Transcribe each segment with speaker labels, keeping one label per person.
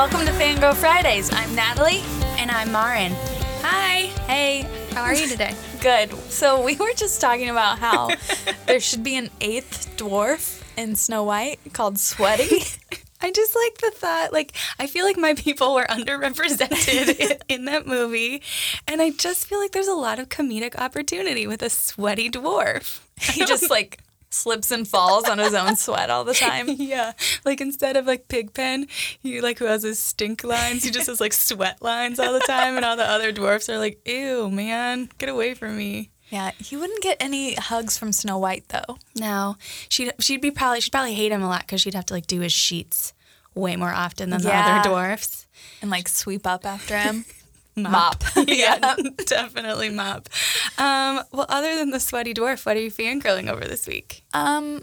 Speaker 1: Taco Fridays. I'm Natalie. And I'm Marin. Hi.
Speaker 2: Hey, how are you today?
Speaker 1: Good. So we were just talking about how there should be an eighth dwarf in Snow White called Sweaty.
Speaker 2: I just like the thought, like, I feel like my people were underrepresented in, in that movie. And I just feel like there's a lot of comedic opportunity with a sweaty dwarf.
Speaker 1: he just like slips and falls on his own sweat all the time.
Speaker 2: Yeah. Like instead of like Pigpen, he like who has his stink lines, he just has like sweat lines all the time and all the other dwarfs are like, Ew, man, get away from me.
Speaker 1: Yeah, he wouldn't get any hugs from Snow White though.
Speaker 2: No. She'd she'd be probably she'd probably hate him a lot because she'd have to like do his sheets way more often than
Speaker 1: Yeah.
Speaker 2: the other dwarfs.
Speaker 1: And like sweep up after him.
Speaker 2: Mop.
Speaker 1: yeah.
Speaker 2: yeah, definitely mop. Um, well, other than the sweaty dwarf, what are you fangirling over this week?
Speaker 1: Um,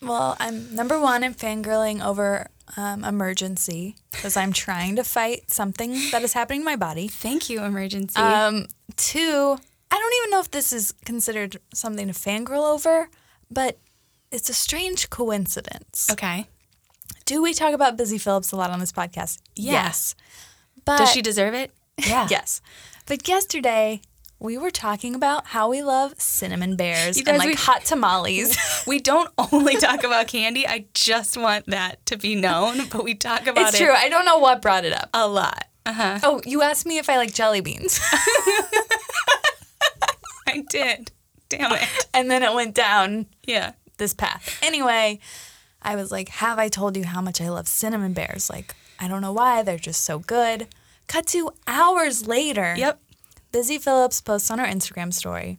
Speaker 1: well, I'm number one. I'm fangirling over um, emergency because I'm trying to fight something that is happening to my body.
Speaker 2: Thank you, emergency.
Speaker 1: Um, two, I don't even know if this is considered something to fangirl over, but it's a strange coincidence.
Speaker 2: okay.
Speaker 1: Do we talk about Busy Phillips a lot on this podcast? Yes. But
Speaker 2: Does she deserve it?
Speaker 1: Yeah. yes. But yesterday we were talking about how we love cinnamon bears
Speaker 2: You
Speaker 1: and
Speaker 2: guys,
Speaker 1: like
Speaker 2: we-
Speaker 1: hot tamales.
Speaker 2: We don't only talk about candy. I just want that to be known, but we talk about
Speaker 1: it's
Speaker 2: it
Speaker 1: true. I don't know what brought it up.
Speaker 2: a lot. Uh-huh.
Speaker 1: Oh, you asked me if I like jelly beans.
Speaker 2: I did. Damn it.
Speaker 1: and then it went down
Speaker 2: Yeah.
Speaker 1: this path. Anyway, I was like, Have I told you how much I love cinnamon bears? Like, I don't know why. They're just so good. Cut to hours later.
Speaker 2: Yep.
Speaker 1: Busy Phillips posts on her Instagram story.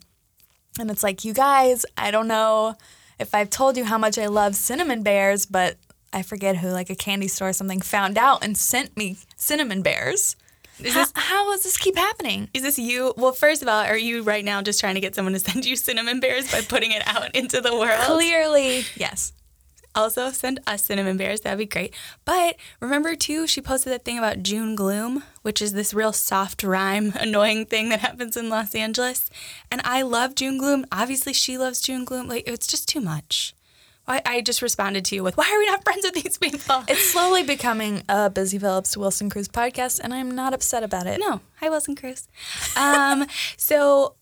Speaker 1: And it's like, You guys, I don't know if I've told you how much I love cinnamon bears, but I forget who, like a candy store or something, found out and sent me cinnamon bears.
Speaker 2: Is
Speaker 1: How-
Speaker 2: this
Speaker 1: how does this keep happening?
Speaker 2: is this you? Well, first of all, are you right now just trying to get someone to send you cinnamon bears by putting it out into the world?
Speaker 1: Clearly, yes.
Speaker 2: Also, send us cinnamon bears. That'd be great. But remember, too, she posted that thing about June gloom, which is this real soft rhyme, annoying thing that happens in Los Angeles. And I love June gloom. Obviously, she loves June gloom. Like, it's just too much. I, I just responded to you with, why are we not friends with these people?
Speaker 1: It's slowly becoming a Busy Phillips Wilson Cruz podcast, and I'm not upset about it.
Speaker 2: no. Hi, Wilson Cruz. Um, so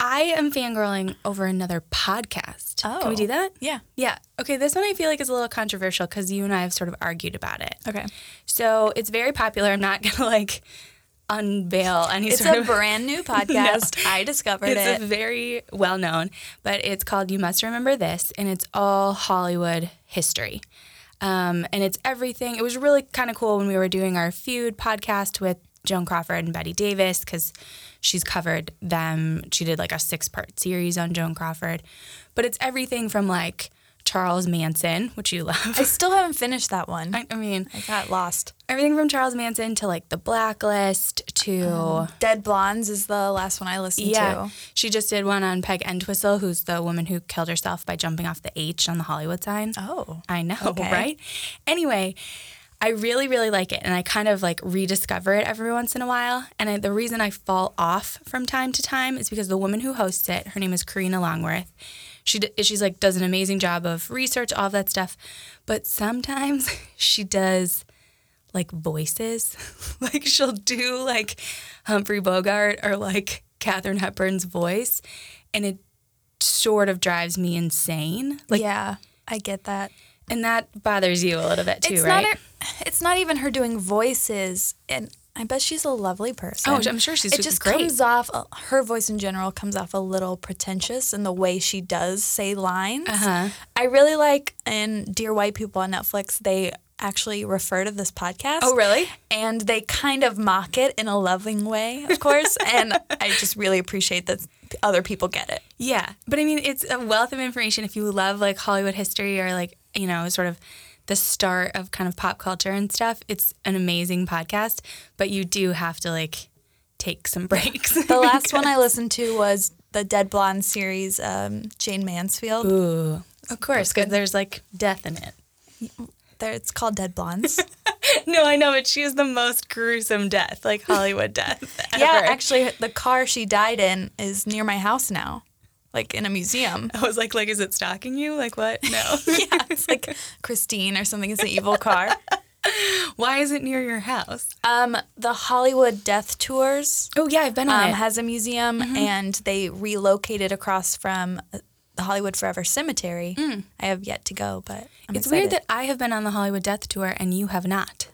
Speaker 2: I am fangirling over another podcast. Can we
Speaker 1: Oh.
Speaker 2: do that?
Speaker 1: Yeah.
Speaker 2: Yeah. Okay. This one I feel like is a little controversial because you and I have sort of argued about it.
Speaker 1: Okay.
Speaker 2: So it's very popular. I'm not gonna like unveil any
Speaker 1: It's
Speaker 2: sort
Speaker 1: a
Speaker 2: of.
Speaker 1: brand new podcast. I discovered
Speaker 2: it's
Speaker 1: it.
Speaker 2: a very well known, but it's called "You Must Remember This," and it's all Hollywood history. Um, and it's everything. It was really kind of cool when we were doing our feud podcast with Joan Crawford and Betty Davis because she's covered them. She did like a six part series on Joan Crawford, but it's everything from like Charles Manson, which you love.
Speaker 1: I still haven't finished that one. I,
Speaker 2: I mean,
Speaker 1: got lost.
Speaker 2: everything from Charles Manson to like the Blacklist to
Speaker 1: Dead Blondes is the last one I listened to.
Speaker 2: she just did one on Peg Entwistle, who's the woman who killed herself by jumping off the H on the Hollywood sign.
Speaker 1: Oh.
Speaker 2: I know,
Speaker 1: Okay.
Speaker 2: right? Anyway, I really, really like it, and I kind of like rediscover it every once in a while. And I, the reason I fall off from time to time is because the woman who hosts it, her name is Karina Longworth. She d- she's like does an amazing job of research, all of that stuff, but sometimes she does like voices. like she'll do like Humphrey Bogart or like Katherine Hepburn's voice, and it sort of drives me insane. Like,
Speaker 1: yeah, I get that.
Speaker 2: and that bothers you a little bit too,
Speaker 1: it's
Speaker 2: right?
Speaker 1: not. Her, it's not even her doing voices, and I bet she's a lovely person.
Speaker 2: Oh, I'm sure she's
Speaker 1: It just
Speaker 2: great.
Speaker 1: comes off. uh, Her voice in general comes off a little pretentious in the way she does say lines.
Speaker 2: Uh-huh.
Speaker 1: I really like in Dear White People on Netflix. They actually refer to this podcast.
Speaker 2: Oh, really?
Speaker 1: And they kind of mock it in a loving way, of course. and I just really appreciate that other people get it.
Speaker 2: Yeah, but I mean, it's a wealth of information. If you love like Hollywood history or like you know, sort of the start of kind of pop culture and stuff, it's an amazing podcast. But you do have to like take some breaks.
Speaker 1: The last one I listened to was the Dead Blonde series, um, Jane Mansfield.
Speaker 2: Ooh, of course, because there's like death in it.
Speaker 1: There, it's called Dead Blondes.
Speaker 2: No, I know, but she is the most gruesome death, like Hollywood death.
Speaker 1: yeah,
Speaker 2: ever.
Speaker 1: actually, the car she died in is near my house now, like in a museum.
Speaker 2: I was like, like, is it stalking you? Like, what? No.
Speaker 1: yeah, it's like Christine or something. It's an evil car.
Speaker 2: Why is it near your house?
Speaker 1: Um, the Hollywood Death Tours
Speaker 2: Oh yeah, I've been on
Speaker 1: um,
Speaker 2: it.
Speaker 1: has a museum,
Speaker 2: Mm-hmm.
Speaker 1: and they relocated across from uh, the Hollywood Forever Cemetery. I have yet to go, but I'm
Speaker 2: Mm. it's
Speaker 1: excited.
Speaker 2: weird that I have been on the Hollywood Death Tour and you have not.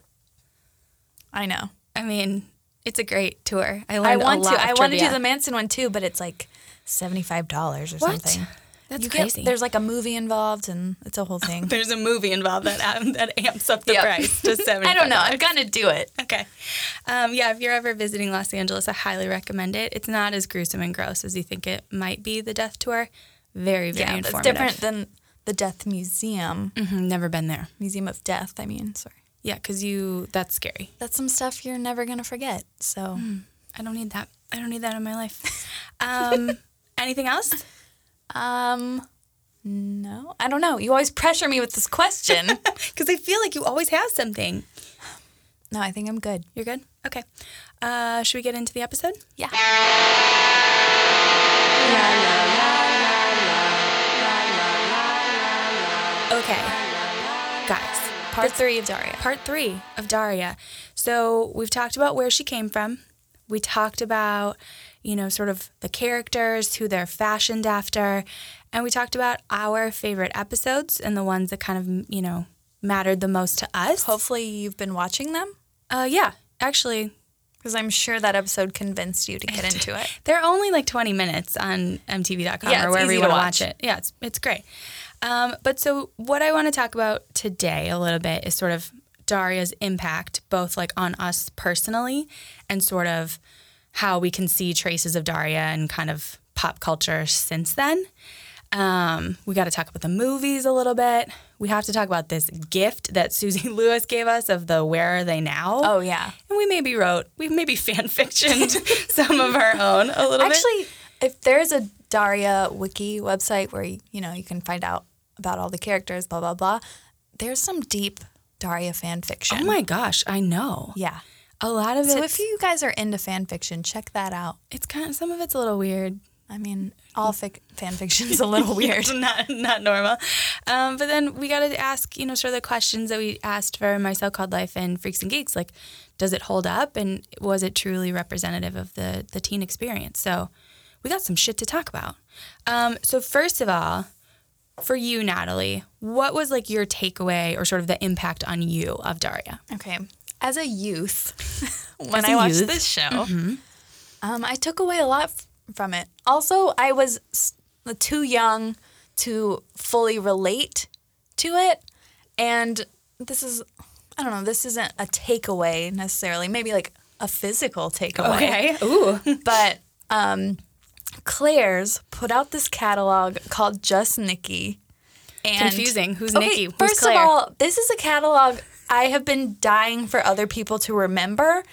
Speaker 1: I know.
Speaker 2: I mean, it's a great tour. I learned
Speaker 1: I want
Speaker 2: a
Speaker 1: to.
Speaker 2: lot of
Speaker 1: I want to do
Speaker 2: trivia.
Speaker 1: the Manson one too, but it's like seventy five dollars or
Speaker 2: What?
Speaker 1: something.
Speaker 2: That's
Speaker 1: You get-
Speaker 2: crazy.
Speaker 1: there's like a movie involved, and it's a whole thing.
Speaker 2: there's a movie involved that um, that amps up the
Speaker 1: Yep.
Speaker 2: price to seven.
Speaker 1: I don't know. I'm gonna do it.
Speaker 2: Okay. Um, yeah, if you're ever visiting Los Angeles, I highly recommend it. It's not as gruesome and gross as you think it might be. The death tour, very very
Speaker 1: Yeah, that's
Speaker 2: informative.
Speaker 1: different than the Death Museum,
Speaker 2: Mhm, never been there.
Speaker 1: Museum of Death. I mean, sorry.
Speaker 2: Yeah, because you that's scary.
Speaker 1: That's some stuff you're never gonna forget. So
Speaker 2: I don't need that. I don't need that in my life. Um, anything else?
Speaker 1: Um, no, I don't know. You always pressure me with this question.
Speaker 2: Because I feel like you always have something.
Speaker 1: no, I think I'm good.
Speaker 2: You're good. Okay. Uh, should we get into the episode?
Speaker 1: Yeah.
Speaker 2: Okay, guys.
Speaker 1: Part three of Daria.
Speaker 2: part three of Daria. So we've talked about where she came from. We talked about, you know, sort of the characters, who they're fashioned after. And we talked about our favorite episodes and the ones that kind of, you know, mattered the most to us.
Speaker 1: Hopefully, you've been watching them
Speaker 2: Uh, yeah, actually,
Speaker 1: because I'm sure that episode convinced you to get into it.
Speaker 2: They're only like 20 minutes on MTV.com
Speaker 1: Yeah,
Speaker 2: or
Speaker 1: it's
Speaker 2: wherever
Speaker 1: easy
Speaker 2: you
Speaker 1: to
Speaker 2: want to
Speaker 1: watch.
Speaker 2: watch. it. Yeah, it's, it's great. Um, but so, what I want to talk about today a little bit is sort of Daria's impact, both like on us personally and sort of how we can see traces of Daria and kind of pop culture since then. Um, we got to talk about the movies a little bit. We have to talk about this gift that Susie Lewis gave us of the Where Are They Now?
Speaker 1: Oh yeah.
Speaker 2: And we maybe wrote, we maybe fan fictioned some of our own a little bit.
Speaker 1: Actually, if there's a Daria wiki website where you know you can find out about all the characters, blah blah blah, there's some deep Daria fan fiction.
Speaker 2: oh my gosh, I know.
Speaker 1: yeah.
Speaker 2: A lot of
Speaker 1: So
Speaker 2: it,
Speaker 1: if you guys are into fan fiction, check that out.
Speaker 2: it's kind of, some of it's a little weird.
Speaker 1: I mean, all fic- fan fiction's a little weird.
Speaker 2: It's not, not normal. Um, but then we got to ask, you know, sort of the questions that we asked for My So Called Life and Freaks and Geeks. Like, does it hold up? And was it truly representative of the, the teen experience? So we got some shit to talk about. Um, so, first of all, for you, Natalie, what was like your takeaway or sort of the impact on you of Daria?
Speaker 1: Okay. As a youth, when
Speaker 2: As a
Speaker 1: I watched
Speaker 2: youth. Mm-hmm.
Speaker 1: this show, um, I took away a lot f- from it. Also, I was s- too young to fully relate to it. And this is, I don't know, this isn't a takeaway necessarily, maybe like a physical takeaway.
Speaker 2: Ooh.
Speaker 1: But um, Claire's put out this catalog called Just Nikki. And
Speaker 2: Confusing. Who's
Speaker 1: Okay,
Speaker 2: Nikki? Who's
Speaker 1: First of
Speaker 2: Claire?
Speaker 1: all, this is a catalog I have been dying for other people to remember.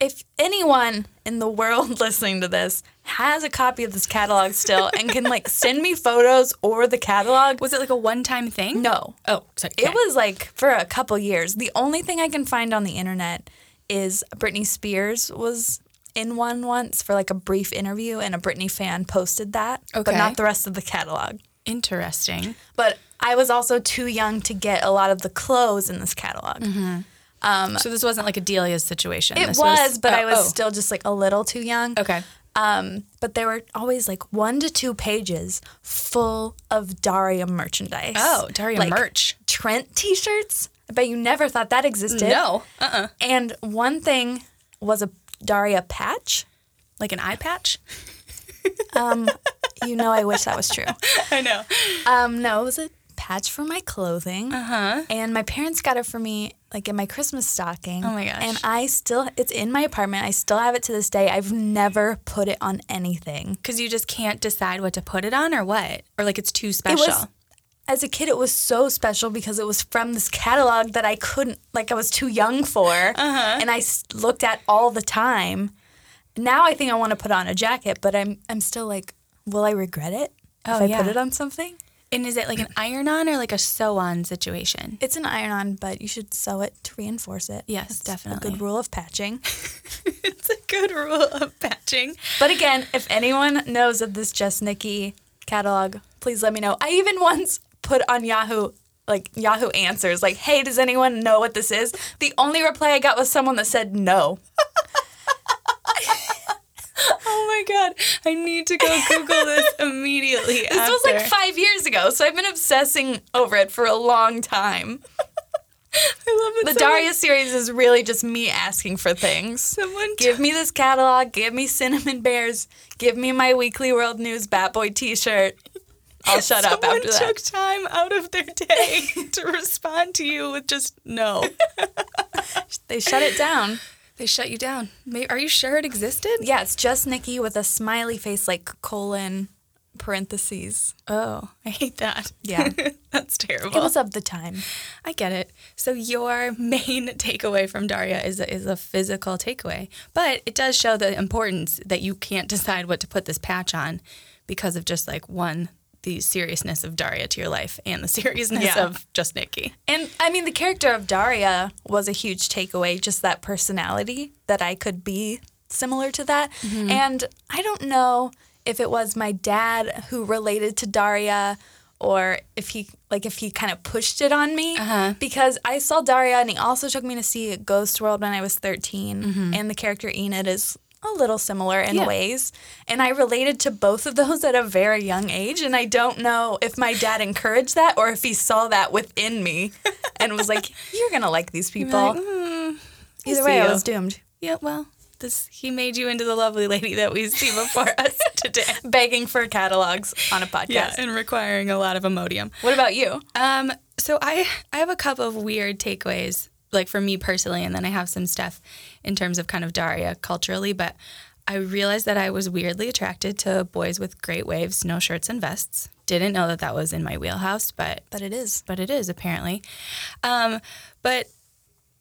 Speaker 1: If anyone in the world listening to this has a copy of this catalog still and can like send me photos or the catalog,
Speaker 2: Was it like a one time thing?
Speaker 1: no.
Speaker 2: Oh, sorry.
Speaker 1: It was like for a couple years. The only thing I can find on the internet is Britney Spears was in one once for like a brief interview and a Britney fan posted that, but
Speaker 2: Okay.
Speaker 1: not the rest of the catalog.
Speaker 2: interesting.
Speaker 1: But I was also too young to get a lot of the clothes in this catalog.
Speaker 2: so this wasn't like a Delia's situation.
Speaker 1: It was,
Speaker 2: Mm-hmm. This
Speaker 1: but
Speaker 2: oh,
Speaker 1: I was
Speaker 2: oh.
Speaker 1: still just like a little too young.
Speaker 2: okay.
Speaker 1: Um, but there were always like one to two pages full of Daria merchandise.
Speaker 2: Oh, Daria
Speaker 1: Like,
Speaker 2: merch.
Speaker 1: Trent t shirts. I bet you never thought that existed.
Speaker 2: No, uh,
Speaker 1: And one thing was a Daria patch.
Speaker 2: like an eye patch.
Speaker 1: You know, I wish that was true.
Speaker 2: I know.
Speaker 1: Um, no, it was a patch for my clothing. Uh
Speaker 2: Uh-huh.
Speaker 1: huh. And my parents got it for me, like in my Christmas stocking.
Speaker 2: Oh my gosh.
Speaker 1: And I still, it's in my apartment. I still have it to this day. I've never put it on anything.
Speaker 2: Because you just can't decide what to put it on or what, or like it's too special.
Speaker 1: It was, as a kid, it was so special because it was from this catalog that I couldn't, like, I was too young for. And I s- looked at all the time. Now I think I want to put on a jacket, but I'm, I'm still like, will I regret it if
Speaker 2: Oh,
Speaker 1: I put
Speaker 2: yeah.
Speaker 1: it on something?
Speaker 2: and is it like an iron on or like a sew on situation?
Speaker 1: It's an iron on, but you should sew it to reinforce it.
Speaker 2: Yes,
Speaker 1: That's A
Speaker 2: definitely.
Speaker 1: good rule of patching.
Speaker 2: It's a good rule of patching.
Speaker 1: But again, if anyone knows of this Just Nikki catalog, please let me know. I even once put on Yahoo like Yahoo Answers, like, "Hey, does anyone know what this is?" The only reply I got was someone that said no.
Speaker 2: Oh my god, I need to go Google this immediately.
Speaker 1: This was like five years ago, so I've been obsessing over it for a long time.
Speaker 2: I love it.
Speaker 1: The Daria series is really just me asking for things.
Speaker 2: Someone
Speaker 1: Give me this catalog. Give me cinnamon bears. Give me my weekly world news Bat Boy T-shirt. I'll shut up
Speaker 2: Someone
Speaker 1: after that.
Speaker 2: took time out of their day to respond to you with just no.
Speaker 1: They shut it down.
Speaker 2: They shut you down. May- Are you sure it existed?
Speaker 1: Yeah, it's just Nikki with a smiley face, like colon parentheses.
Speaker 2: Oh, I hate that.
Speaker 1: Yeah.
Speaker 2: That's terrible.
Speaker 1: It was of the time.
Speaker 2: I get it. So your main takeaway from Daria is a, is a physical takeaway, but it does show the importance that you can't decide what to put this patch on because of just like one the seriousness of Daria to your life and the seriousness
Speaker 1: Yeah.
Speaker 2: of just Nikki.
Speaker 1: And I mean, the character of Daria was a huge takeaway, just that personality that I could be similar to that. And I don't know if it was my dad who related to Daria or if he like if he kind of pushed it on me because I saw Daria and he also took me to see Ghost World when I was 13 and the character Enid is a little similar in
Speaker 2: Yeah.
Speaker 1: ways and I related to both of those at a very young age and I don't know if my dad encouraged that or if he saw that within me and was like you're going to like these people.
Speaker 2: "Hmm,
Speaker 1: Either way
Speaker 2: see
Speaker 1: I
Speaker 2: you.
Speaker 1: was doomed.
Speaker 2: Yeah, well, this he made you into the lovely lady that we see before us today.
Speaker 1: Begging for catalogs on a podcast.
Speaker 2: Yeah, and requiring a lot of Imodium.
Speaker 1: What about you?
Speaker 2: Um, so I I have a couple of weird takeaways, like for me personally, and then I have some stuff in terms of kind of Daria culturally, but I realized that I was weirdly attracted to boys with great waves, no shirts and vests. Didn't know that that was in my wheelhouse, but
Speaker 1: But it is.
Speaker 2: but it is apparently. Um, but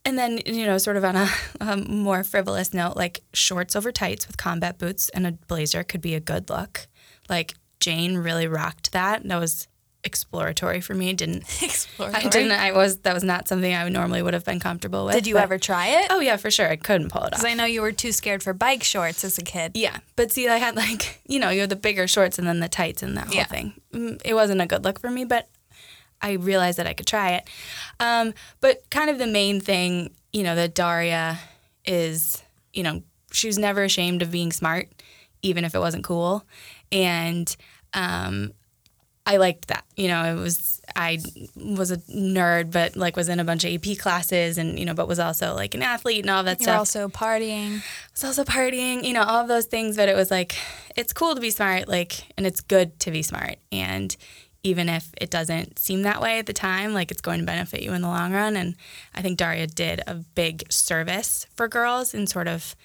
Speaker 2: and then you know, sort of on a, a more frivolous note, like shorts over tights with combat boots and a blazer could be a good look. Like Jane really rocked that. That was exploratory for me. Didn't
Speaker 1: Exploratory.
Speaker 2: I didn't. I was that was not something I normally would have been comfortable with.
Speaker 1: Did you
Speaker 2: but-
Speaker 1: ever try it?
Speaker 2: Oh yeah, for sure. I couldn't pull it off.
Speaker 1: Because I know you were too scared for bike shorts as a kid.
Speaker 2: Yeah, but see, I had like you know you had the bigger shorts and then the tights and that whole
Speaker 1: Yeah.
Speaker 2: thing. Mm, It wasn't a good look for me, but I realized that I could try it. Um, but kind of the main thing, you know, that Daria is, you know, she was never ashamed of being smart, even if it wasn't cool, and um, I liked that. You know, it was I was a nerd, but like was in a bunch of AP classes, and you know, but was also like an athlete and all that
Speaker 1: You're
Speaker 2: stuff
Speaker 1: also partying.
Speaker 2: was also partying, you know, all of those things. But it was like, it's cool to be smart, like, and it's good to be smart. And even if it doesn't seem that way at the time, like, it's going to benefit you in the long run. And I think Daria did a big service for girls in sort of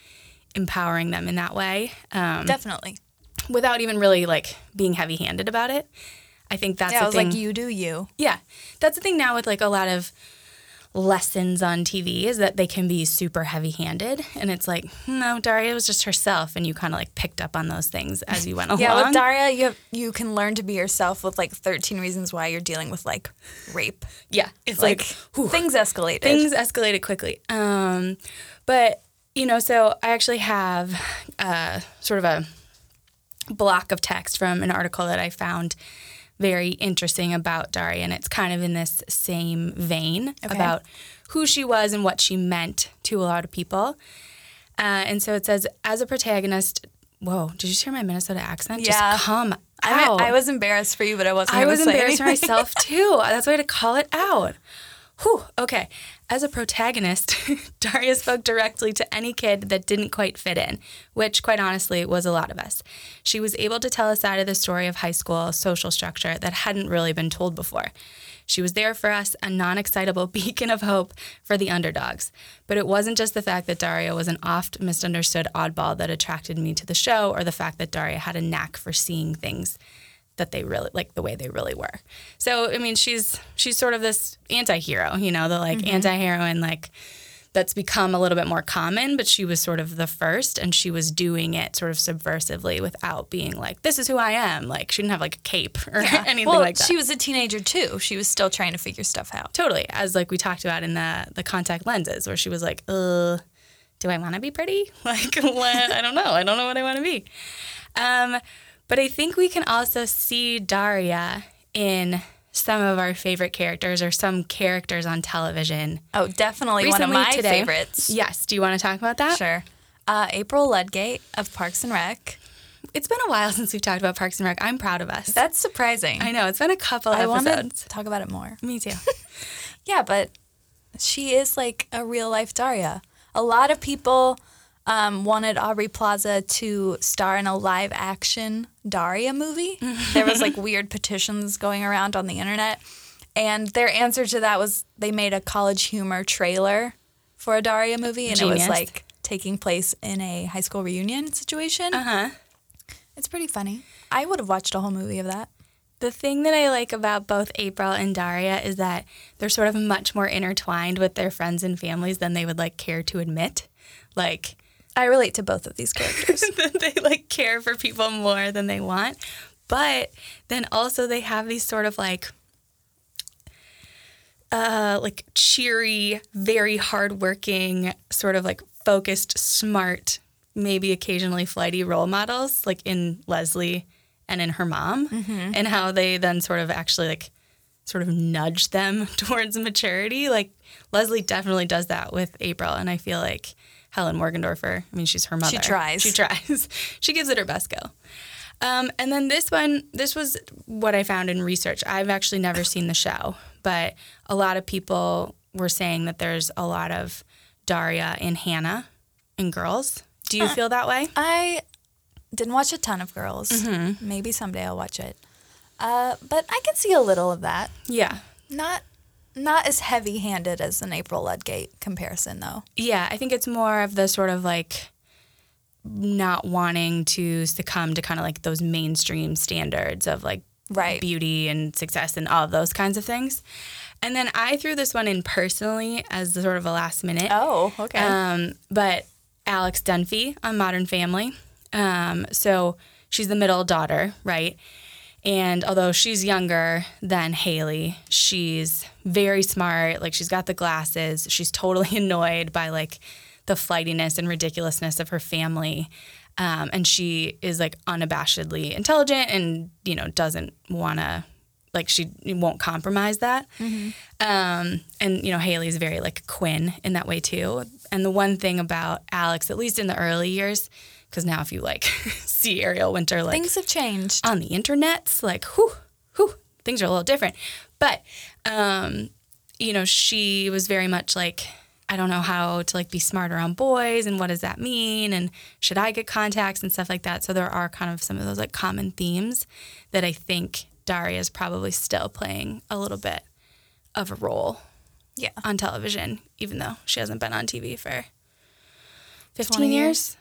Speaker 2: empowering them in that way um,
Speaker 1: Definitely.
Speaker 2: without even really like being heavy handed about it. I think that's
Speaker 1: Yeah, I
Speaker 2: the
Speaker 1: was
Speaker 2: thing.
Speaker 1: like, you do you.
Speaker 2: Yeah. That's the thing now with like a lot of lessons on TV is that they can be super heavy handed. And it's like, no, Daria was just herself. And you kind of like picked up on those things as you went along.
Speaker 1: Yeah, with Daria, you have, you can learn to be yourself with like 13 reasons why you're dealing with like rape.
Speaker 2: yeah. It's
Speaker 1: Like,
Speaker 2: like, whew.
Speaker 1: things escalated.
Speaker 2: things escalated quickly. Um, but you know, so I actually have uh, sort of a block of text from an article that I found very interesting about Dari, and it's kind of in this same vein about who she was and what she meant to a lot of people. Uh, and so it says, as a protagonist, whoa, did you hear my Minnesota accent?
Speaker 1: Yeah.
Speaker 2: Just come
Speaker 1: I,
Speaker 2: out.
Speaker 1: I was embarrassed for you, but I wasn't.
Speaker 2: I
Speaker 1: gonna
Speaker 2: was
Speaker 1: say
Speaker 2: embarrassed for
Speaker 1: anything.
Speaker 2: myself too. That's why I had to call it out. Whew, okay. As a protagonist, Daria spoke directly to any kid that didn't quite fit in, which, quite honestly, was a lot of us. She was able to tell a side of the story of high school social structure that hadn't really been told before. She was there for us, a non excitable beacon of hope for the underdogs. But it wasn't just the fact that Daria was an oft misunderstood oddball that attracted me to the show, or the fact that Daria had a knack for seeing things that they really like the way they really were. So I mean, she's she's sort of this anti-hero, you know, the like anti-heroine like that's become a little bit more common, but she was sort of the first and she was doing it sort of subversively without being like this is who I am. Like she didn't have like a cape or anything
Speaker 1: well,
Speaker 2: like that.
Speaker 1: she was a teenager too. She was still trying to figure stuff out.
Speaker 2: totally as like we talked about in the the contact lenses where she was like, "Uh, do I want to be pretty? Like what? I don't know. I don't know what I want to be." Um, but I think we can also see Daria in some of our favorite characters or some characters on television.
Speaker 1: Oh, definitely one of my
Speaker 2: today-
Speaker 1: favorites.
Speaker 2: Yes. Do you want to talk about that?
Speaker 1: Sure. Uh, April Ludgate of Parks and Rec.
Speaker 2: It's been a while since we've talked about Parks and Rec. I'm proud of us.
Speaker 1: That's surprising.
Speaker 2: I know. It's been a couple
Speaker 1: I
Speaker 2: episodes.
Speaker 1: want to talk about it more.
Speaker 2: Me too.
Speaker 1: Yeah, but she is like a real life Daria. A lot of people um, wanted Aubrey Plaza to star in a live action Daria movie. there was like weird petitions going around on the internet, and their answer to that was they made a college humor trailer for a Daria movie, and it was
Speaker 2: Genius.
Speaker 1: like taking place in a high school reunion situation.
Speaker 2: Uh huh.
Speaker 1: It's pretty funny. I would have watched a whole movie of that.
Speaker 2: The thing that I like about both April and Daria is that they're sort of much more intertwined with their friends and families than they would like care to admit. Like
Speaker 1: I relate to both of these characters.
Speaker 2: they like care for people more than they want. But then also they have these sort of like uh like cheery, very hardworking, sort of like focused, smart, maybe occasionally flighty role models, like in Leslie and in her mom, and how they then sort of actually like sort of nudge them towards maturity. Like Leslie definitely does that with April, and I feel like Helen Morgendorfer. I mean, she's her mother.
Speaker 1: tries.
Speaker 2: She tries. she gives it her best go. Um, and then this one, this was what I found in research. I've actually never seen the show, but a lot of people were saying that there's a lot of Daria and Hannah in girls. Do you feel that way?
Speaker 1: I didn't watch a ton of girls. Maybe someday I'll watch it. Uh, but I can see a little of that.
Speaker 2: Yeah.
Speaker 1: Not not as heavy-handed as an April Ludgate comparison though.
Speaker 2: Yeah, I think it's more of the sort of like not wanting to succumb to kind of like those mainstream standards of like
Speaker 1: Right.
Speaker 2: beauty and success and all those kinds of things. And then I threw this one in personally as the sort of a last minute.
Speaker 1: Oh, okay.
Speaker 2: Um, but Alex Dunphy on Modern Family. Um, so she's the middle daughter, right? And although she's younger than Haley, she's very smart. Like she's got the glasses. She's totally annoyed by like the flightiness and ridiculousness of her family. Um, and she is like unabashedly intelligent and, you know, doesn't want to, like, she won't compromise that. Um, and you know, Haley's very like Quinn in that way too. And the one thing about Alex, at least in the early years, because now if you like see Ariel Winter like
Speaker 1: Things have changed.
Speaker 2: on the internets, like whew, whew, things are a little different. But um, you know, she was very much like, I don't know how to like be smarter on boys and what does that mean? And should I get contacts and stuff like that? So there are kind of some of those like common themes that I think Daria is probably still playing a little bit of a role
Speaker 1: Yeah.
Speaker 2: on television, even though she hasn't been on TV for 15
Speaker 1: 20
Speaker 2: years.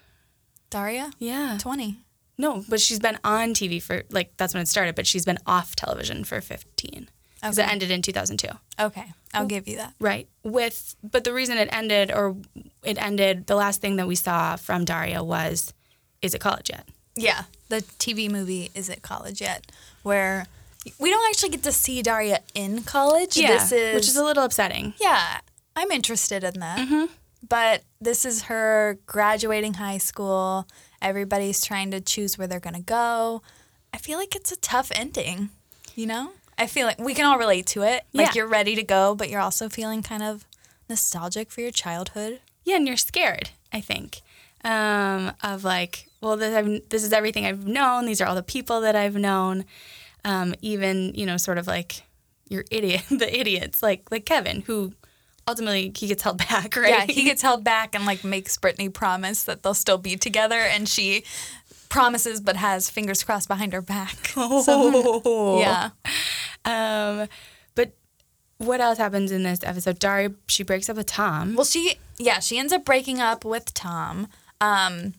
Speaker 1: Daria?
Speaker 2: Yeah.
Speaker 1: 20.
Speaker 2: No, but she's been on TV for, like, that's when it started, but she's been off television for 15. Because it
Speaker 1: Okay.
Speaker 2: ended in 2002.
Speaker 1: Okay. I'll give you that.
Speaker 2: Right. With, but the reason it ended, or it ended, the last thing that we saw from Daria was, is it college yet?
Speaker 1: Yeah. The TV movie Is It College Yet where we don't actually get to see Daria in college. This is
Speaker 2: which is a little upsetting.
Speaker 1: Yeah, I'm interested in that.
Speaker 2: Mm-hmm.
Speaker 1: But this is her graduating high school. Everybody's trying to choose where they're going to go. I feel like it's a tough ending, you know? I feel like we can all relate to it.
Speaker 2: Yeah.
Speaker 1: Like you're ready to go, but you're also feeling kind of nostalgic for your childhood.
Speaker 2: Yeah, and you're scared, I think, um, of like, well, this, I've, this is everything I've known. These are all the people that I've known. Um, even, you know, sort of like your idiot, the idiots, like like Kevin, who ultimately he gets held back, right?
Speaker 1: Yeah, he gets held back and like makes Brittany promise that they'll still be together and she promises but has fingers crossed behind her back.
Speaker 2: Oh.
Speaker 1: Yeah.
Speaker 2: Um, but what else happens in this episode? Daria, she breaks up with Tom.
Speaker 1: Well, she yeah, she ends up breaking up with Tom. Um,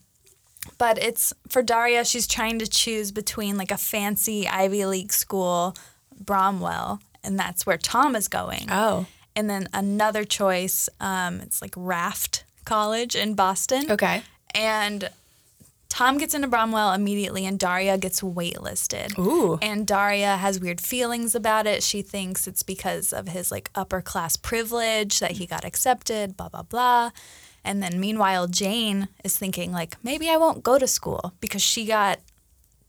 Speaker 1: but it's for Daria. She's trying to choose between like a fancy Ivy League school, Bromwell, and that's where Tom is going.
Speaker 2: Oh.
Speaker 1: And then another choice. Um, it's like Raft College in Boston.
Speaker 2: Okay.
Speaker 1: And Tom gets into Bromwell immediately, and Daria gets waitlisted.
Speaker 2: Ooh.
Speaker 1: And Daria has weird feelings about it. She thinks it's because of his like upper class privilege that he got accepted, blah, blah, blah. And then meanwhile, Jane is thinking, like, maybe I won't go to school because she got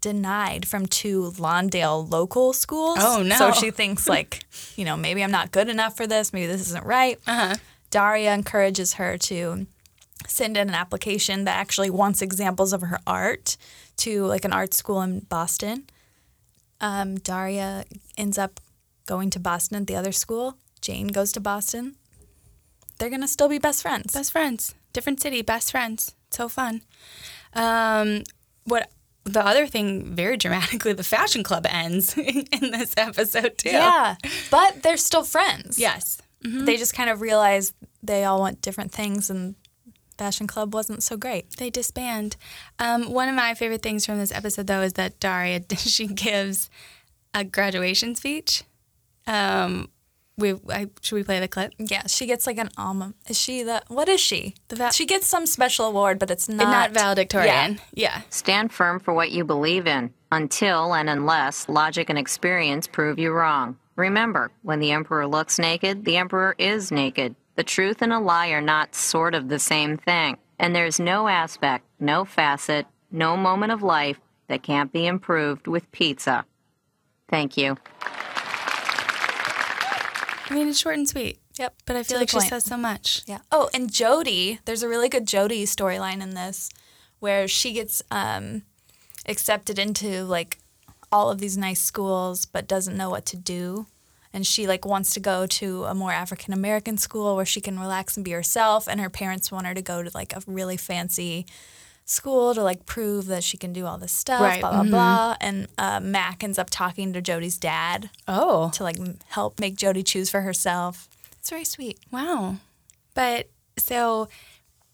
Speaker 1: denied from two Lawndale local schools.
Speaker 2: Oh, no.
Speaker 1: So she thinks like, you know, maybe I'm not good enough for this. Maybe this isn't right.
Speaker 2: Uh-huh.
Speaker 1: Daria encourages her to send in an application that actually wants examples of her art to like an art school in Boston. Um, Daria ends up going to Boston at the other school. Jane goes to Boston. They're gonna still be best friends.
Speaker 2: Best friends. Different city, best friends. It's so fun. Um, what the other thing, very dramatically, the fashion club ends in this episode too.
Speaker 1: yeah, but they're still friends.
Speaker 2: Yes.
Speaker 1: they just kind of realize they all want different things, and fashion club wasn't so great.
Speaker 2: They disband. Um, one of my favorite things from this episode, though, is that Daria she gives a graduation speech. Um, we I, should we play the clip?
Speaker 1: Yeah, she gets like an alma. Is she the what is she?
Speaker 2: The va-
Speaker 1: she gets some special award, but it's not
Speaker 2: Not valedictorian. Yeah.
Speaker 3: Stand firm for what you believe in, until and unless logic and experience prove you wrong. Remember, when the emperor looks naked, the emperor is naked. The truth and a lie are not sort of the same thing, and there's no aspect, no facet, no moment of life that can't be improved with pizza. Thank you.
Speaker 2: I mean, it's short and sweet.
Speaker 1: Yep,
Speaker 2: But I
Speaker 1: to
Speaker 2: feel
Speaker 1: the
Speaker 2: like she
Speaker 1: point.
Speaker 2: says so much.
Speaker 1: Yeah. Oh, and Jody, there's a really good Jody storyline in this where she gets um, accepted into like all of these nice schools but doesn't know what to do. And she like wants to go to a more African American school where she can relax and be herself and her parents want her to go to like a really fancy school to like prove that she can do all this stuff,
Speaker 2: Right.
Speaker 1: blah blah blah. And uh, Mac ends up talking to Jody's dad
Speaker 2: Oh.
Speaker 1: to like m- help make Jody choose for herself. It's very sweet.
Speaker 2: Wow. But so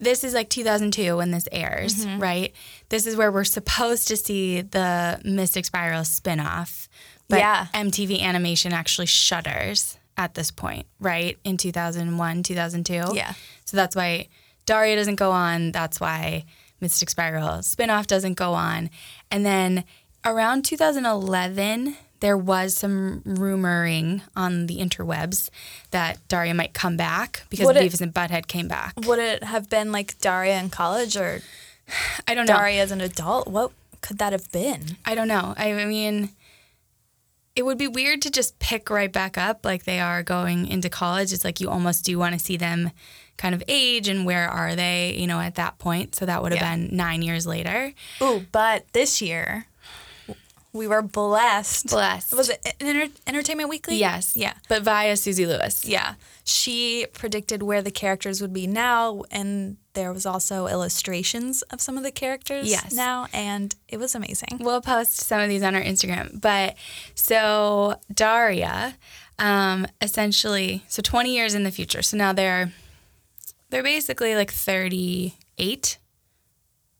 Speaker 2: this is like 2002 when this airs,
Speaker 1: Mm-hmm.
Speaker 2: right? This is where we're supposed to see the Mystic Spiral spinoff. But
Speaker 1: Yeah.
Speaker 2: MTV Animation actually shutters at this point, right? In 2001, 2002.
Speaker 1: Yeah.
Speaker 2: So that's why Daria doesn't go on. That's why Mystic Spiral spinoff doesn't go on. And then around 2011, there was some rumoring on the interwebs that Daria might come back because
Speaker 1: Would it-
Speaker 2: Beavis and Butthead came back.
Speaker 1: Would it have been like Daria in college or
Speaker 2: I don't know.
Speaker 1: Daria as an adult? What could that have been?
Speaker 2: I don't know. I I mean, it would be weird to just pick right back up like they are going into college. It's like you almost do want to see them kind of age and where are they, you know, at that point. So that would have
Speaker 1: Yeah.
Speaker 2: been nine years later.
Speaker 1: Ooh, but this year we were blessed.
Speaker 2: Blessed.
Speaker 1: Was it Enter- Entertainment Weekly?
Speaker 2: Yes.
Speaker 1: Yeah.
Speaker 2: But via Susie Lewis.
Speaker 1: Yeah. She predicted where the characters would be now and there was also illustrations of some of the characters
Speaker 2: Yes.
Speaker 1: now and it was amazing.
Speaker 2: We'll post some of these on our Instagram. But so Daria, um, essentially, so 20 years in the future. So now they're they're basically like 38,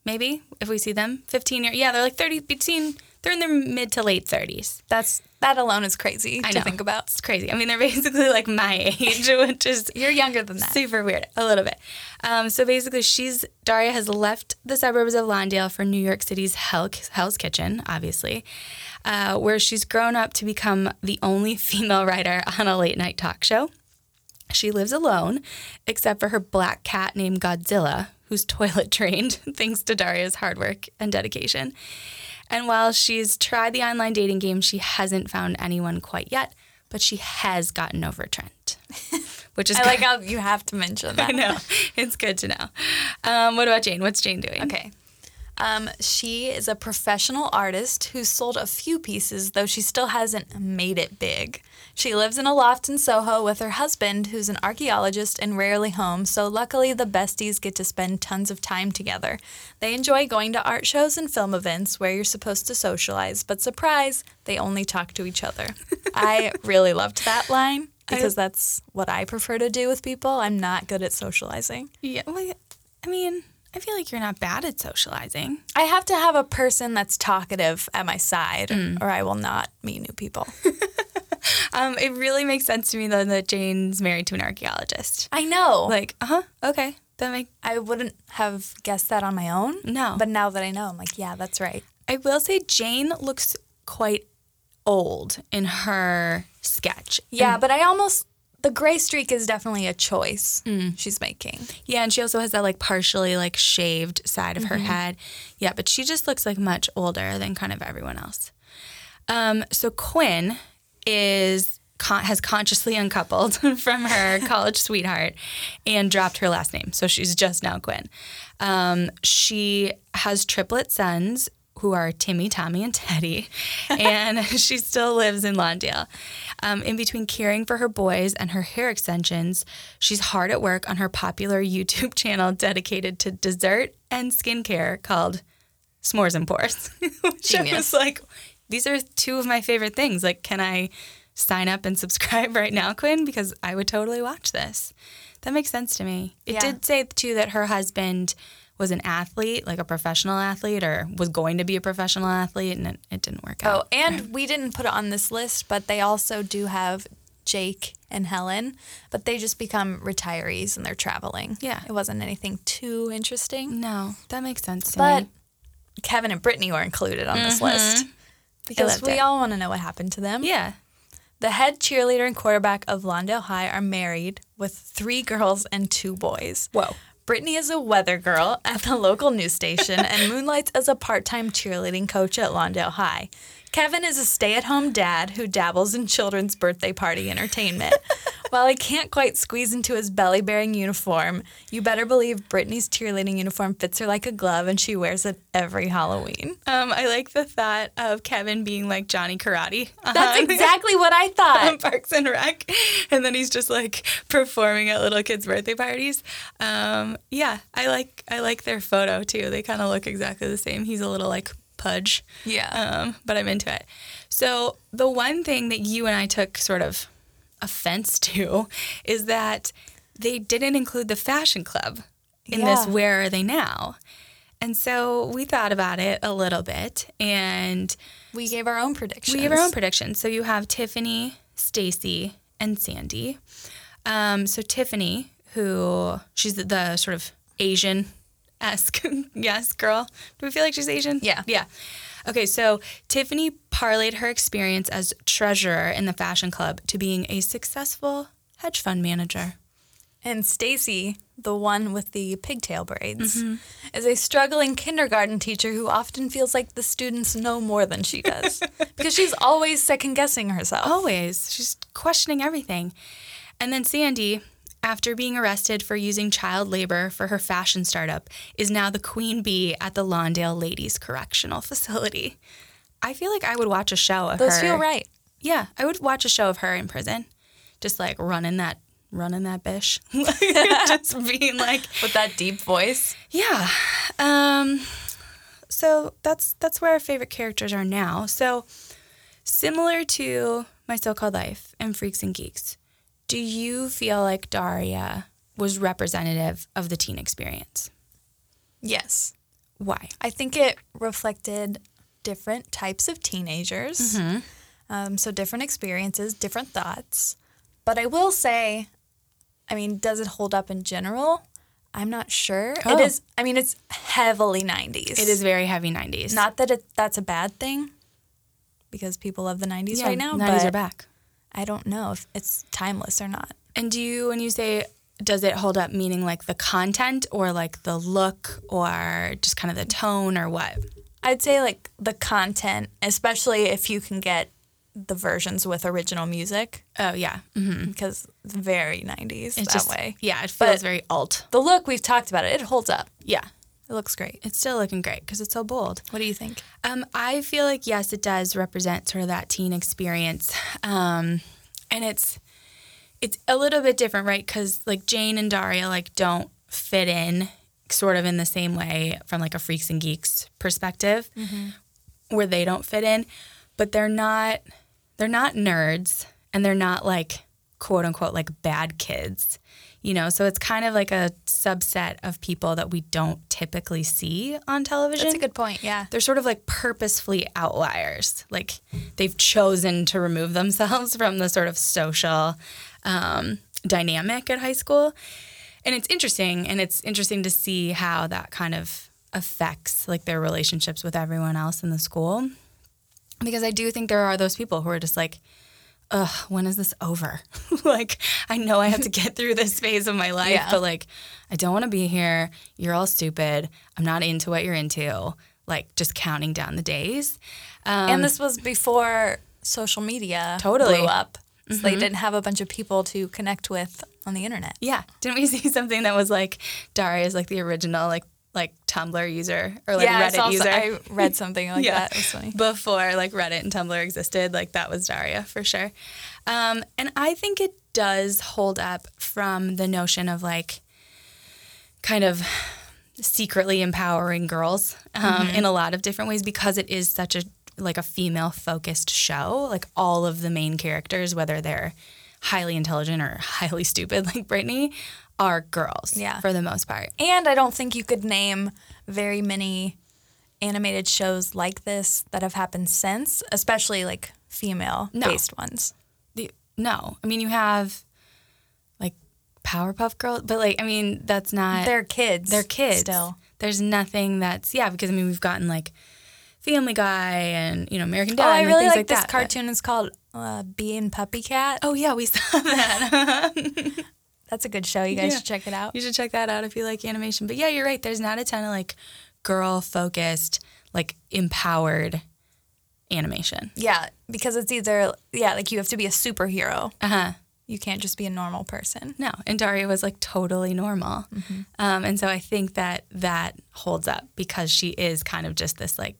Speaker 2: maybe if we see them 15 years. Yeah, they're like 30 between. They're in their mid to late 30s.
Speaker 1: That's that alone is crazy
Speaker 2: I
Speaker 1: to
Speaker 2: know.
Speaker 1: think about.
Speaker 2: It's crazy. I mean, they're basically like my age, which is
Speaker 1: You're younger than that.
Speaker 2: Super weird, a little bit. Um, so basically, she's Daria has left the suburbs of Lawndale for New York City's Hell, Hell's Kitchen, obviously, uh, where she's grown up to become the only female writer on a late night talk show. She lives alone, except for her black cat named Godzilla, who's toilet trained thanks to Daria's hard work and dedication. And while she's tried the online dating game, she hasn't found anyone quite yet, but she has gotten over Trent, which is
Speaker 1: I like how you have to mention that.
Speaker 2: I know. It's good to know. Um, what about Jane? What's Jane doing?
Speaker 1: Okay. Um, she is a professional artist who's sold a few pieces, though she still hasn't made it big. She lives in a loft in Soho with her husband, who's an archaeologist and rarely home, so luckily the besties get to spend tons of time together. They enjoy going to art shows and film events where you're supposed to socialize, but surprise, they only talk to each other. I really loved that line because that's what I prefer to do with people. I'm not good at socializing.
Speaker 2: Yeah. Well, I mean, I feel like you're not bad at socializing.
Speaker 1: I have to have a person that's talkative at my side, or I will not meet new people.
Speaker 2: Um, it really makes sense to me though that Jane's married to an archaeologist.
Speaker 1: I know.
Speaker 2: Like, uh huh. Okay. That make
Speaker 1: I wouldn't have guessed that on my own.
Speaker 2: No.
Speaker 1: But now that I know, I'm like, yeah, that's right.
Speaker 2: I will say Jane looks quite old in her sketch.
Speaker 1: Yeah, but I almost the gray streak is definitely a choice she's making.
Speaker 2: Yeah, and she also has that like partially like shaved side of her head. Yeah, but she just looks like much older than kind of everyone else. Um, so Quinn is con- has consciously uncoupled from her college sweetheart and dropped her last name, so she's just now Quinn. Um, she has triplet sons who are Timmy, Tommy, and Teddy, and she still lives in Lawndale. Um, in between caring for her boys and her hair extensions, she's hard at work on her popular YouTube channel dedicated to dessert and skincare called S'mores and Pours. Which I was
Speaker 1: Genius.
Speaker 2: like, these are two of my favorite things. Like, can I sign up and subscribe right now, Quinn? Because I would totally watch this. That makes sense to me. It
Speaker 1: Yeah.
Speaker 2: did say too that her husband was an athlete, like a professional athlete, or was going to be a professional athlete, and it, it didn't work
Speaker 1: Oh,
Speaker 2: out.
Speaker 1: and we didn't put it on this list, but they also do have Jake and Helen, but they just become retirees and they're traveling.
Speaker 2: Yeah.
Speaker 1: It wasn't anything too interesting.
Speaker 2: No, that makes sense to
Speaker 1: But
Speaker 2: me.
Speaker 1: Kevin and Brittany were included on this list because
Speaker 2: loved
Speaker 1: we
Speaker 2: it.
Speaker 1: all want to know what happened to them.
Speaker 2: Yeah.
Speaker 1: The head cheerleader and quarterback of Lawndale High are married with three girls and two boys.
Speaker 2: Whoa.
Speaker 1: Brittany is a weather girl at the local news station and moonlights as a part time cheerleading coach at Lawndale High. Kevin is a stay at home dad who dabbles in children's birthday party entertainment. While he can't quite squeeze into his belly bearing uniform, you better believe Brittany's cheerleading uniform fits her like a glove and she wears it every Halloween.
Speaker 2: Um, I like the thought of Kevin being like Johnny Karate.
Speaker 1: That's
Speaker 2: on-
Speaker 1: exactly what I thought.
Speaker 2: on Parks and Rec, and then he's just like performing at little kids' birthday parties. Um, yeah, I like I like their photo too. They kind of look exactly the same. He's a little like pudge.
Speaker 1: Yeah.
Speaker 2: Um, but I'm into it. So the one thing that you and I took sort of offense to is that they didn't include the fashion club in this
Speaker 1: Yeah.
Speaker 2: where are they now? And so we thought about it a little bit and
Speaker 1: We gave our own predictions.
Speaker 2: we have our own predictions. So you have Tiffany, Stacy, and Sandy. Um, so Tiffany, who she's the, the sort of Asian esque yes girl. Do we feel like she's Asian?
Speaker 1: Yeah.
Speaker 2: Yeah. Okay, so Tiffany parlayed her experience as treasurer in the fashion club to being a successful hedge fund manager.
Speaker 1: And Stacy, the one with the pigtail braids,
Speaker 2: Mm-hmm.
Speaker 1: is a struggling kindergarten teacher who often feels like the students know more than she does because she's always second guessing herself.
Speaker 2: Oh, Always. She's questioning everything. And then Sandy, after being arrested for using child labor for her fashion startup, is now the queen bee at the Lawndale Ladies Correctional Facility. I feel like I would watch a show of
Speaker 1: Those
Speaker 2: her.
Speaker 1: feel right.
Speaker 2: Yeah, I would watch a show of her in prison, just like running that, running that bish, just being like,
Speaker 1: With that deep voice.
Speaker 2: yeah. Um, so that's that's where our favorite characters are now. So similar to my so-called life and Freaks and Geeks, do you feel like Daria was representative of the teen experience?
Speaker 1: Yes.
Speaker 2: Why?
Speaker 1: I think it reflected different types of teenagers.
Speaker 2: Mm-hmm.
Speaker 1: Um, so, different experiences, different thoughts. But I will say, I mean, does it hold up in general? I'm not sure.
Speaker 2: Oh.
Speaker 1: It is, I mean, it's heavily 90s.
Speaker 2: It is very heavy '90s.
Speaker 1: Not that it, that's a bad thing, because people love the '90s
Speaker 2: Yeah,
Speaker 1: right now.
Speaker 2: '90s
Speaker 1: but
Speaker 2: are back.
Speaker 1: I don't know if it's timeless or not.
Speaker 2: And do you, when you say, does it hold up? Meaning like the content, or like the look, or just kind of the tone, or what?
Speaker 1: I'd say like the content, especially if you can get the versions with original music,
Speaker 2: Oh yeah,
Speaker 1: because it's very '90s that way.
Speaker 2: Yeah, it feels
Speaker 1: But-
Speaker 2: very alt.
Speaker 1: The look we've talked about it; it holds up.
Speaker 2: Yeah,
Speaker 1: It looks great.
Speaker 2: it's still looking great because it's so bold.
Speaker 1: What do you think?
Speaker 2: Um, I feel like yes, it does represent sort of that teen experience, um, and it's it's a little bit different, right? Because like Jane and Daria like don't fit in sort of in the same way from like a freaks and geeks perspective,
Speaker 1: Mm-hmm.
Speaker 2: where they don't fit in, but they're not they're not nerds and they're not like quote unquote like bad kids, you know. So it's kind of like a subset of people that we don't typically see on television
Speaker 1: That's a good point. Yeah,
Speaker 2: they're sort of like purposefully outliers. Like they've chosen to remove themselves from the sort of social um, dynamic at high school. And it's interesting. And it's interesting to see how that kind of affects like their relationships with everyone else in the school. Because I do think there are those people who are just like, ugh, when is this over? like, I know I have to get through this phase of my life,
Speaker 1: Yeah.
Speaker 2: but like, I don't want to be here. You're all stupid. I'm not into what you're into. Like, just counting down the days. Um,
Speaker 1: and this was before social media
Speaker 2: Totally. Mm-hmm.
Speaker 1: blew up. So they didn't have a bunch of people to connect with on the internet.
Speaker 2: yeah, didn't we see something that was like Daria is like the original like like Tumblr user or like
Speaker 1: I
Speaker 2: Reddit
Speaker 1: saw-
Speaker 2: user?
Speaker 1: I read something like
Speaker 2: Yeah.
Speaker 1: that. It was funny.
Speaker 2: before like Reddit and Tumblr existed, like that was Daria for sure. Um, and I think it does hold up from the notion of like kind of secretly empowering girls um,
Speaker 1: Mm-hmm.
Speaker 2: in a lot of different ways because it is such a like a female focused show. Like all of the main characters, whether they're highly intelligent or highly stupid, like Brittany, are girls
Speaker 1: Yeah.
Speaker 2: for the most part.
Speaker 1: And I don't think you could name very many animated shows like this that have happened since, especially like female based ones.
Speaker 2: the no. I mean, you have like Powerpuff Girls, but like I mean, that's not
Speaker 1: They're kids.
Speaker 2: Uh, they're kids.
Speaker 1: Still.
Speaker 2: There's nothing that's yeah because I mean we've gotten like Family Guy and you know American Dad.
Speaker 1: Oh, I
Speaker 2: and,
Speaker 1: really
Speaker 2: things
Speaker 1: like,
Speaker 2: like
Speaker 1: this
Speaker 2: that, but-
Speaker 1: cartoon. It's called uh, Being Puppy Cat.
Speaker 2: Oh yeah, we saw that.
Speaker 1: That's a good show. You guys
Speaker 2: Yeah.
Speaker 1: should check it out.
Speaker 2: you should check that out if you like animation. But yeah, you're right. There's not a ton of like girl focused, like empowered animation.
Speaker 1: Yeah, because it's either, yeah, like you have to be a superhero.
Speaker 2: Uh huh.
Speaker 1: You can't just be a normal person.
Speaker 2: No, and Daria was like totally normal. Um, and so I think that that holds up because she is kind of just this like,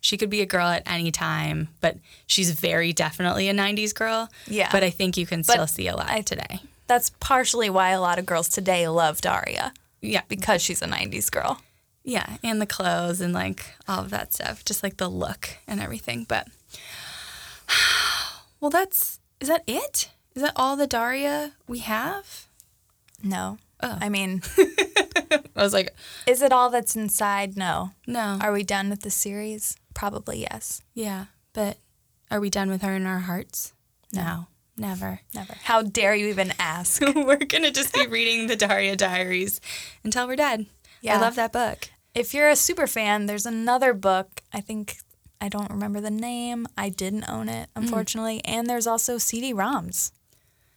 Speaker 2: she could be a girl at any time, but she's very definitely a 90s girl.
Speaker 1: Yeah.
Speaker 2: But I think you can still see a lot
Speaker 1: I-
Speaker 2: today.
Speaker 1: That's partially why a lot of girls today love Daria
Speaker 2: Yeah.
Speaker 1: because she's a 90s girl.
Speaker 2: Yeah. And the clothes and like all of that stuff, just like the look and everything. But, well, that's, is that it? Is that all the Daria we have?
Speaker 1: No.
Speaker 2: Oh.
Speaker 1: I mean,
Speaker 2: I was like,
Speaker 1: is it all that's inside? No.
Speaker 2: no.
Speaker 1: Are we done with the series? Probably yes.
Speaker 2: Yeah, but are we done with her in our hearts? No, never.
Speaker 1: Never. How dare you even ask?
Speaker 2: we're gonna just be reading the Daria Diaries until we're dead. I
Speaker 1: Yeah.
Speaker 2: love that book.
Speaker 1: If you're a super fan, there's another book. I think I don't remember the name. I didn't own it,
Speaker 2: Hmm.
Speaker 1: unfortunately. And there's also CD-ROMs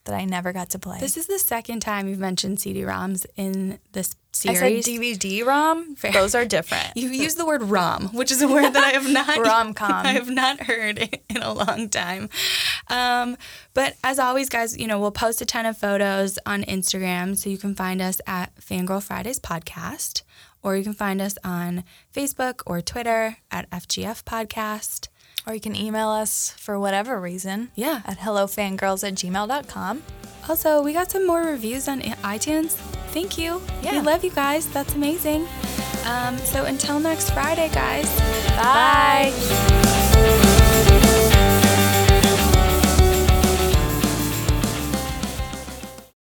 Speaker 1: that I never got to play.
Speaker 2: This is the second time you've mentioned CD-ROMs in this
Speaker 1: I
Speaker 2: series.
Speaker 1: said DVD-ROM. Those are different.
Speaker 2: you used the word ROM, which is a word that I have not
Speaker 1: Rom-com.
Speaker 2: I have not heard in a long time. Um, but as always, guys, you know we'll post a ton of photos on Instagram, so you can find us at Fangirl Fridays Podcast, or you can find us on Facebook or Twitter at FGF Podcast.
Speaker 1: Or you can email us for whatever reason.
Speaker 2: Yeah.
Speaker 1: At hellofangirls at gmail.com.
Speaker 2: Also, we got some more reviews on iTunes. Thank you. We
Speaker 1: Yeah.
Speaker 2: love you guys. That's amazing. Um, so until next Friday, guys.
Speaker 1: Bye.